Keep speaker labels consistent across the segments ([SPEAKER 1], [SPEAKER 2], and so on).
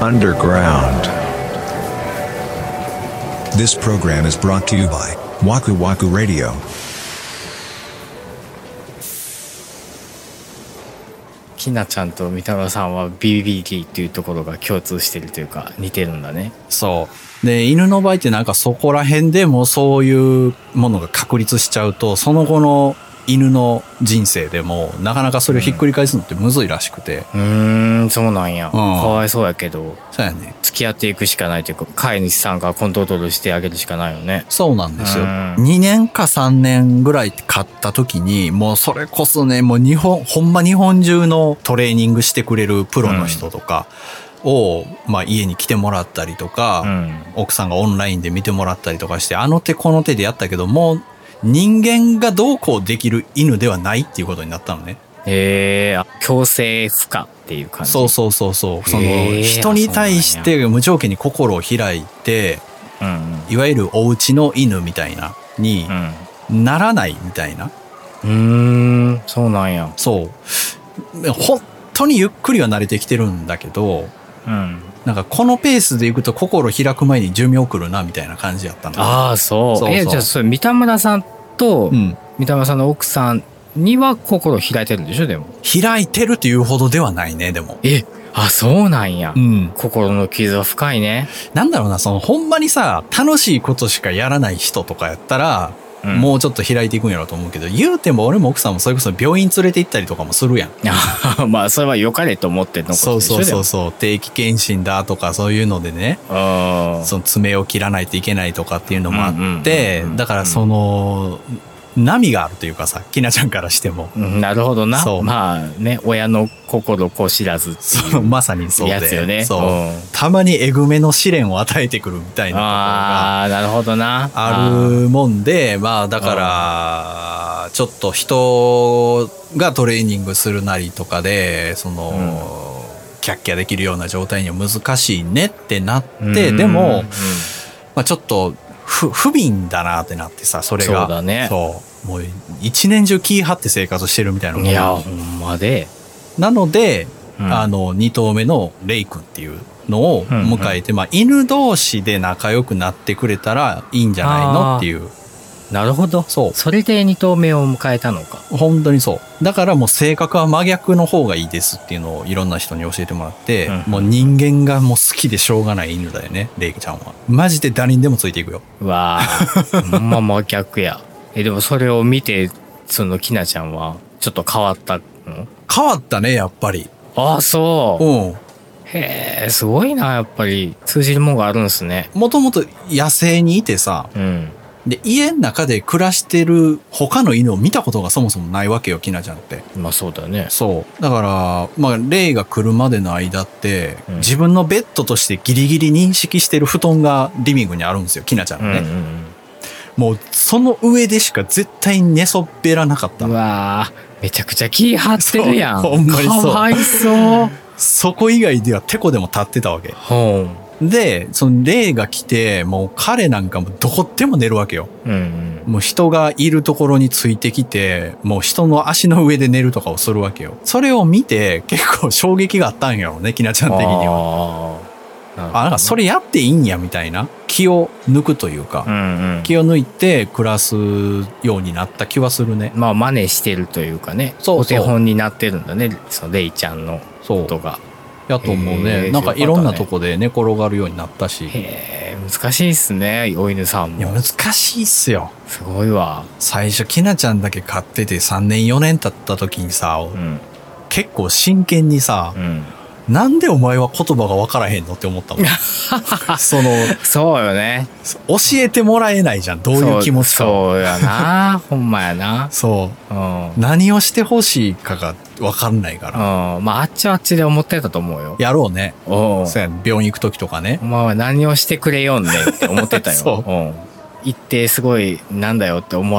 [SPEAKER 1] underground.
[SPEAKER 2] This program is brought to you by Waku Waku Radio.
[SPEAKER 3] きなちゃんと三田村さんは BBT っていうところが共通してるというか似てるんだね
[SPEAKER 4] そう。で、犬の場合ってなんかそこら辺でもうそういうものが確立しちゃうと、その後の犬の人生でもなかなかそれをひっくり返すのってむずいらしくて。
[SPEAKER 3] うーんそうなんや、かわいそうやけど
[SPEAKER 4] そうやね。
[SPEAKER 3] 付き合っていくしかないというか飼い主さんがコントロールしてあげるしかないよね
[SPEAKER 4] そうなんですよ。
[SPEAKER 3] うん
[SPEAKER 4] 2年か3年ぐらい買った時に、もうそれこそね、もう日本、ほんま日本中のトレーニングしてくれるプロの人とかを、まあ家に来てもらったりとか、
[SPEAKER 3] うん
[SPEAKER 4] 奥さんがオンラインで見てもらったりとかして、あの手この手でやったけど、もう人間がどうこうできる犬ではないっていうことになったのね。
[SPEAKER 3] ええあ強制負荷っていう感じ
[SPEAKER 4] そうそうそうそう。その、
[SPEAKER 3] へー
[SPEAKER 4] 人に対して無条件に心を開いて、
[SPEAKER 3] ううん
[SPEAKER 4] いわゆるお家の犬みたいな、に
[SPEAKER 3] うん
[SPEAKER 4] ならないみたいな。
[SPEAKER 3] うんうーんそうなんや
[SPEAKER 4] そう。本当にゆっくりは慣れてきてるんだけど、
[SPEAKER 3] うん
[SPEAKER 4] なんかこのペースで行くと心開く前に寿命来るなみたいな感じやったの。
[SPEAKER 3] ああそう
[SPEAKER 4] そうそう
[SPEAKER 3] えじゃあそれ三田村さんと
[SPEAKER 4] うん。
[SPEAKER 3] 三田村さんの奥さんには心を開いてるんでしょでも
[SPEAKER 4] 開いてるというほどではないね、でも。
[SPEAKER 3] えあそうなんや、
[SPEAKER 4] うん。
[SPEAKER 3] 心の傷は深いね
[SPEAKER 4] なんだろうな、その、ほんまにさ、楽しいことしかやらない人とかやったら、
[SPEAKER 3] うん
[SPEAKER 4] もうちょっと開いていくんやろうと思うけど、言うても俺も奥さんもそれこそ病院連れて行ったりとかもするやん。
[SPEAKER 3] あ まあそれは良かれと思ってのこ
[SPEAKER 4] そ
[SPEAKER 3] と
[SPEAKER 4] う
[SPEAKER 3] でしょ
[SPEAKER 4] そうそう
[SPEAKER 3] そ
[SPEAKER 4] そう、定期検診だとかそういうのでね、
[SPEAKER 3] うん
[SPEAKER 4] その爪を切らないといけないとかっていうのもあっ
[SPEAKER 3] うん
[SPEAKER 4] て
[SPEAKER 3] うんうんうん、
[SPEAKER 4] だからその、波があるというかさ、きなちゃんからしても。
[SPEAKER 3] うんなるほどな
[SPEAKER 4] そう
[SPEAKER 3] まあね親の心子知らずって
[SPEAKER 4] そうまさにそう
[SPEAKER 3] やつよ
[SPEAKER 4] で、
[SPEAKER 3] ね
[SPEAKER 4] そう
[SPEAKER 3] うん
[SPEAKER 4] たまにえぐめの試練を与えてくるみたいなところが
[SPEAKER 3] ああなるほどな
[SPEAKER 4] あるもんで、まあだから、ちょっと人がトレーニングするなりとかで、その、キャッキャできるような状態には難しいねってなっ
[SPEAKER 3] うん
[SPEAKER 4] て、で
[SPEAKER 3] うんう
[SPEAKER 4] も
[SPEAKER 3] ん、
[SPEAKER 4] まあちょっと不、不憫だなってなってさ、それが。
[SPEAKER 3] そうだね
[SPEAKER 4] そうもう一年中気張って生活してるみたいなもん
[SPEAKER 3] いやほんまで
[SPEAKER 4] なので、
[SPEAKER 3] うん
[SPEAKER 4] あの、二頭目のレイ君っていうのを
[SPEAKER 3] うんうん
[SPEAKER 4] 迎えて、まあ犬同士で仲良くなってくれたらいいんじゃないのっていう。
[SPEAKER 3] なるほど
[SPEAKER 4] そう
[SPEAKER 3] それで二頭目を迎えたのか
[SPEAKER 4] 本当にそう。だからもう性格は真逆の方がいいですっていうのをいろんな人に教えてもらって、
[SPEAKER 3] うん
[SPEAKER 4] もう人間がもう好きでしょうがない犬だよね、レイちゃんは。マジで誰にでもついていくよ。
[SPEAKER 3] うわ あほんま真逆やえでもそれを見てそのきなちゃんはちょっと変わったの
[SPEAKER 4] 変わったね、やっぱり。
[SPEAKER 3] ああそう
[SPEAKER 4] うん。
[SPEAKER 3] へえ、すごいな、やっぱり。通じるもんがあるんですね。
[SPEAKER 4] もともと野生にいてさ、
[SPEAKER 3] うん。
[SPEAKER 4] で、家の中で暮らしてる他の犬を見たことがそもそもないわけよ、きなちゃんって。
[SPEAKER 3] まあそうだね。
[SPEAKER 4] そう。だから、まあ、レイが来るまでの間って、
[SPEAKER 3] うん
[SPEAKER 4] 自分のベッドとしてギリギリ認識してる布団がリビングにあるんですよ、きなちゃん
[SPEAKER 3] う
[SPEAKER 4] の
[SPEAKER 3] ん
[SPEAKER 4] ね。
[SPEAKER 3] うん
[SPEAKER 4] もうその上でしか絶対寝そべらなかっ
[SPEAKER 3] う
[SPEAKER 4] た
[SPEAKER 3] ん。う
[SPEAKER 4] の
[SPEAKER 3] わーめちゃくちゃ気張ってるやん。
[SPEAKER 4] そうほんまにそう
[SPEAKER 3] かわいそう。
[SPEAKER 4] そこ以外ではてこでも立ってたわけ
[SPEAKER 3] ほ
[SPEAKER 4] でその霊が来てもう彼なんかもどこでも寝るわけよ
[SPEAKER 3] う。うん
[SPEAKER 4] もう人がいるところについてきてもう人の足の上で寝るとかをするわけよそれを見て結構衝撃があったんやろうねきなち
[SPEAKER 3] う
[SPEAKER 4] ゃん
[SPEAKER 3] ん。
[SPEAKER 4] 的には
[SPEAKER 3] は。なるほど
[SPEAKER 4] あなんかそれやっていいんやみたいな気を抜くという
[SPEAKER 3] う
[SPEAKER 4] か、
[SPEAKER 3] んうん。
[SPEAKER 4] 気を抜いて暮らすようになった気はするね
[SPEAKER 3] まあ真似してるというかね。
[SPEAKER 4] そうそう
[SPEAKER 3] お手本になってるんだね。そのレイちゃんの
[SPEAKER 4] そう
[SPEAKER 3] ことが。
[SPEAKER 4] やと思う
[SPEAKER 3] へ
[SPEAKER 4] ね
[SPEAKER 3] ー
[SPEAKER 4] なんかいろんなとこで寝転がるようになったし
[SPEAKER 3] へえ、難しいっすね。お犬さん
[SPEAKER 4] いや、
[SPEAKER 3] も。
[SPEAKER 4] 難しいっすよ。
[SPEAKER 3] すごいわ。
[SPEAKER 4] 最初、きなちゃんだけ買ってて3年4年経った時にさ、
[SPEAKER 3] うん。
[SPEAKER 4] 結構真剣にさ
[SPEAKER 3] う、ん。
[SPEAKER 4] なんでお前は言葉がわからへんのって思ったも ん。その、
[SPEAKER 3] そうよね。
[SPEAKER 4] 教えてもらえないじゃん。どういう気持ちか。そう。
[SPEAKER 3] そうそうやなほんまやなうん、うん、
[SPEAKER 4] 何をしてほしいかがわかんないから。
[SPEAKER 3] まああっちはあっちで思ってたと思うよ
[SPEAKER 4] やろうね。
[SPEAKER 3] うん
[SPEAKER 4] そうやね病院行く時とかね
[SPEAKER 3] お。前は何をしてくれよんねんって思ってた よ
[SPEAKER 4] そう
[SPEAKER 3] うん、行ってすごいなんだよって思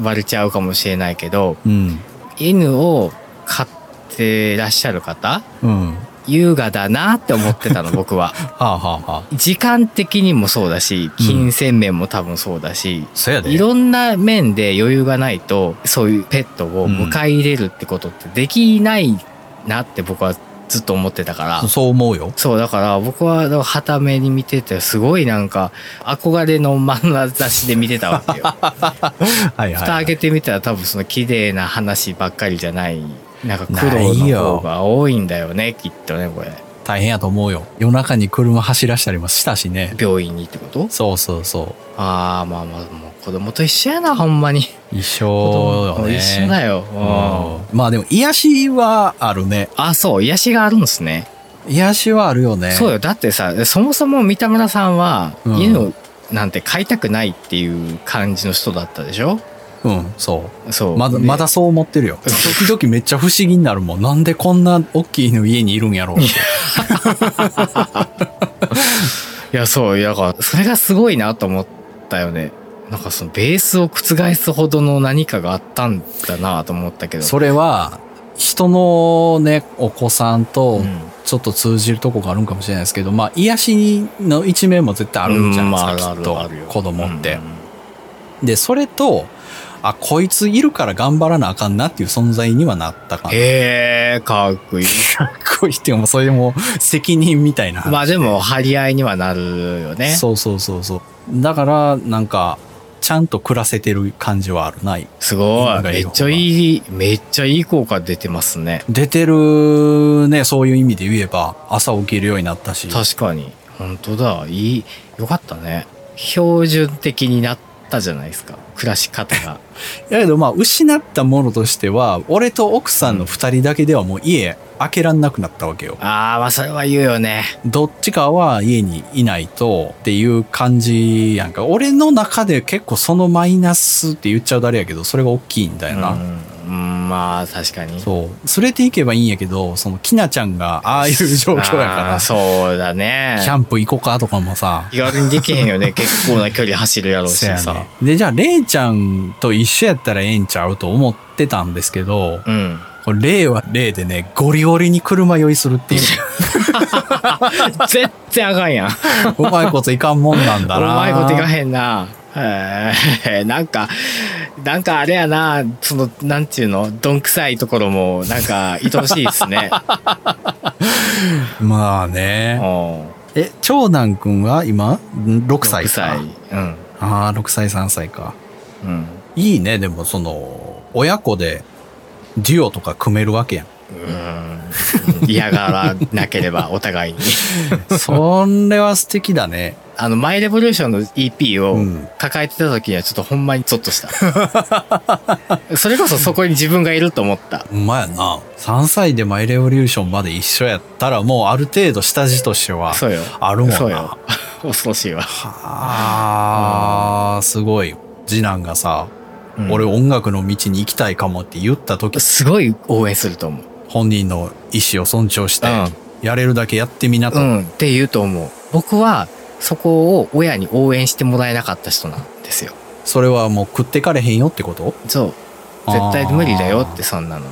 [SPEAKER 3] われちゃうかもしれないけど
[SPEAKER 4] うん。
[SPEAKER 3] 犬を飼ってらっしゃる方
[SPEAKER 4] うん。は
[SPEAKER 3] 優雅だなって思って たの僕は
[SPEAKER 4] あはあはあ。
[SPEAKER 3] 時間的にもそうだし金銭面も多分そうだし、
[SPEAKER 4] そうやで。
[SPEAKER 3] いろんな面で余裕がないとそういうペットを迎え入れるってことってできないなって僕はずっと思ってたから。
[SPEAKER 4] そう思うよ。
[SPEAKER 3] そう、だから僕は、だから旗目に見てて、すごいなんか、憧れの眼差しで見てたわけ よ。
[SPEAKER 4] はい
[SPEAKER 3] 蓋開けてみたら多分その綺麗な話ばっかりじゃない、なんか苦労
[SPEAKER 4] ない
[SPEAKER 3] の
[SPEAKER 4] よ
[SPEAKER 3] 方が多いんだよね、きっとね、これ。
[SPEAKER 4] 大変やと思うよ。夜中に車走らしたりもしたしね。
[SPEAKER 3] 病院にってこと
[SPEAKER 4] そうそうそ
[SPEAKER 3] ああ、まあまあ、もう子供と一緒やな、ほんまに。
[SPEAKER 4] う。一緒よね。
[SPEAKER 3] 一緒だよ。う
[SPEAKER 4] うんん。まあでも、癒しはあるね。
[SPEAKER 3] あ、そう、癒しがあるんですね。
[SPEAKER 4] 癒しはあるよね。
[SPEAKER 3] そうよ。だってさ、そもそも三田村さんは、
[SPEAKER 4] うん
[SPEAKER 3] 犬なんて飼いたくないっていう感じの人だったでしょ
[SPEAKER 4] うん、そ。
[SPEAKER 3] そうう。
[SPEAKER 4] まだ、
[SPEAKER 3] で
[SPEAKER 4] まだそう思ってるよ。時々めっちゃ不思議になるもん。なんでこんな大きい犬家にいるんやろうって。
[SPEAKER 3] いや、そう、だから、それがすごいなと思ったよね。なんかそのベースを覆すほどの何かがあったんだなと思ったけど。
[SPEAKER 4] それは、人のね、お子さんと
[SPEAKER 3] うん
[SPEAKER 4] ちょっと通じるとこがあるんかもしれないですけど、まあ、癒しの一面も絶対あるんじゃないですか、
[SPEAKER 3] うん
[SPEAKER 4] きっ
[SPEAKER 3] まあ
[SPEAKER 4] と
[SPEAKER 3] あるあるあるよ。
[SPEAKER 4] 子供って
[SPEAKER 3] う。ん
[SPEAKER 4] で、それと、あ、こいついるから頑張らなあかんなっていう存在にはなったかな。
[SPEAKER 3] へえ、かっこいい。
[SPEAKER 4] こいっても、それも責任みたいな。
[SPEAKER 3] まあでも、張り合いにはなるよね。
[SPEAKER 4] そうそうそうそう。だから、なんか、ちゃんと暮らせてる感じはあるない。
[SPEAKER 3] すご
[SPEAKER 4] 犬
[SPEAKER 3] い。
[SPEAKER 4] が
[SPEAKER 3] め
[SPEAKER 4] いる
[SPEAKER 3] っ
[SPEAKER 4] 方が
[SPEAKER 3] ちゃいい、めっちゃいい効果出てますね。
[SPEAKER 4] 出てるね、そういう意味で言えば、朝起きるようになったし。
[SPEAKER 3] 確かに。本当だ。いい。よかったね。標準的になったじゃないですか。暮らし方 が。
[SPEAKER 4] だけど、まあ、失ったものとしては、俺と奥さんの二人だけではもう家開けらんなくなったわけよ。
[SPEAKER 3] ああ、まあそれは言うよね。
[SPEAKER 4] どっちかは家にいないとっていう感じやんか。俺の中で結構そのマイナスって言っちゃうとあれやけど、それが大きいんだよな。
[SPEAKER 3] うん、まあ確かに。
[SPEAKER 4] そう。連れて行けばいいんやけど、その、きなちゃんがああいう状況やから
[SPEAKER 3] あー、そうだね。
[SPEAKER 4] キャンプ行こうかとかもさ。
[SPEAKER 3] 気軽にできへんよ ね。結構な距離走るやろうし
[SPEAKER 4] せや
[SPEAKER 3] さ。
[SPEAKER 4] ねで、じゃあ、レイちゃんと一緒やったらええんちゃうと思ってたんですけど、
[SPEAKER 3] うん。
[SPEAKER 4] これレイはレイでね、ゴリゴリに車酔いするって いう。
[SPEAKER 3] 全然あかんやん。
[SPEAKER 4] うまいこといかんもんなんだ
[SPEAKER 3] う
[SPEAKER 4] な。
[SPEAKER 3] まいこといかへんな。へえなんか、なんかあれやな、その、なんちゅうの、どんくさいところも、なんか、愛おしいです ね。
[SPEAKER 4] まあ
[SPEAKER 3] う
[SPEAKER 4] ね。
[SPEAKER 3] ん
[SPEAKER 4] え、長男くんは今、ん6歳
[SPEAKER 3] 6
[SPEAKER 4] か。
[SPEAKER 3] 歳。うん。
[SPEAKER 4] ああ、6歳、3歳か。
[SPEAKER 3] うん。
[SPEAKER 4] いいね、でもその、親子で、デュオとか組めるわけやん。
[SPEAKER 3] うん嫌がらなければ、お互いに。
[SPEAKER 4] それは素敵だね。
[SPEAKER 3] あの、マイレボリューションの EP
[SPEAKER 4] う
[SPEAKER 3] を
[SPEAKER 4] ん
[SPEAKER 3] 抱えてた時にはちょっとほんまにゾッと した。それこそそこに自分がいると思った。
[SPEAKER 4] ほんまやな。3歳でマイレボリューションまで一緒やったら、もうある程度下地としては、
[SPEAKER 3] そうよ。
[SPEAKER 4] あるもんな。
[SPEAKER 3] そうよ。恐ろしいわ。
[SPEAKER 4] はあ、すごい。次男がさ、
[SPEAKER 3] うん
[SPEAKER 4] 俺音楽の道に行きたいかもって言った時、
[SPEAKER 3] すごい応援すると思う。
[SPEAKER 4] 本人の意思を尊重して、
[SPEAKER 3] う
[SPEAKER 4] やれるだけやってみなと。
[SPEAKER 3] うん、って言うと思う。僕は、そこを親に応援してもらえなかった人なんですよ。
[SPEAKER 4] それはもう食ってかれへんよってこと
[SPEAKER 3] そう。絶対無理だよって、そんなの。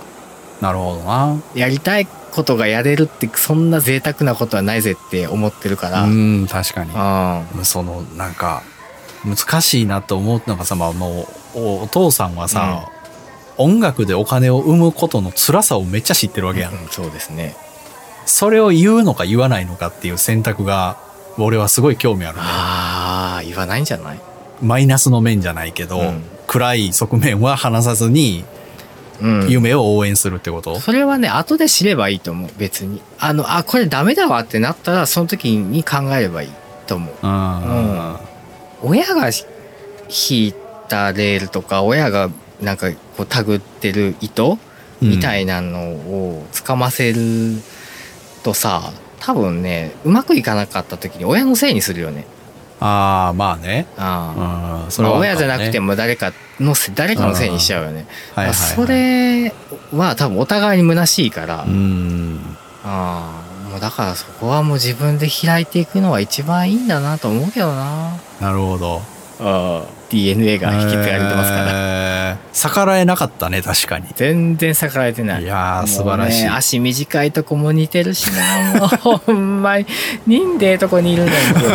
[SPEAKER 4] なるほどな。
[SPEAKER 3] やりたいことがやれるって、そんな贅沢なことはないぜって思ってるから。う。
[SPEAKER 4] うんん、確かに。その、なんか、難しいなと思うのがさ、まあ、もう、おお父さんはさ、音楽でお金を生むことの辛さをめっちゃ知ってるわけやん。
[SPEAKER 3] うんそうですね。
[SPEAKER 4] それを言うのか言わないのかっていう選択が、俺はすごい興味あるね。
[SPEAKER 3] ああ、言わないんじゃない
[SPEAKER 4] マイナスの面じゃないけど、
[SPEAKER 3] うん
[SPEAKER 4] 暗い側面は話さずに、
[SPEAKER 3] うん。
[SPEAKER 4] 夢を応援するってこと、
[SPEAKER 3] それはね、後で知ればいいと思う、別に。あの、あ、これダメだわってなったら、その時に考えればいいと思う。
[SPEAKER 4] うん
[SPEAKER 3] 親が引いたレールとか、親がなんかこう、たぐってる糸
[SPEAKER 4] うん
[SPEAKER 3] みたいなのをつかませるとさ、多分ね、うまくいかなかった時に親のせいにするよね。
[SPEAKER 4] ああ、まあね。
[SPEAKER 3] ああ
[SPEAKER 4] うん、そ
[SPEAKER 3] ま
[SPEAKER 4] れ
[SPEAKER 3] あ
[SPEAKER 4] はあるかもね、
[SPEAKER 3] 親じゃなくても誰かのせ誰かのせいにしちゃうよね。
[SPEAKER 4] はいはいはい、
[SPEAKER 3] それは多分お互いに虚しいから、
[SPEAKER 4] うん。
[SPEAKER 3] ああ、もうだからそこはもう自分で開いていくのが一番いいんだなと思うけどな。
[SPEAKER 4] なるほど。
[SPEAKER 3] DNA が引き継がれてますから。
[SPEAKER 4] ら。逆らえなかったね、確かに。
[SPEAKER 3] 全然逆らえてない。
[SPEAKER 4] い
[SPEAKER 3] もう
[SPEAKER 4] やー、
[SPEAKER 3] ね
[SPEAKER 4] 素晴らしい。
[SPEAKER 3] 足短いとこも似てるしな。もうほんまに、人でええとこにいるねんけど。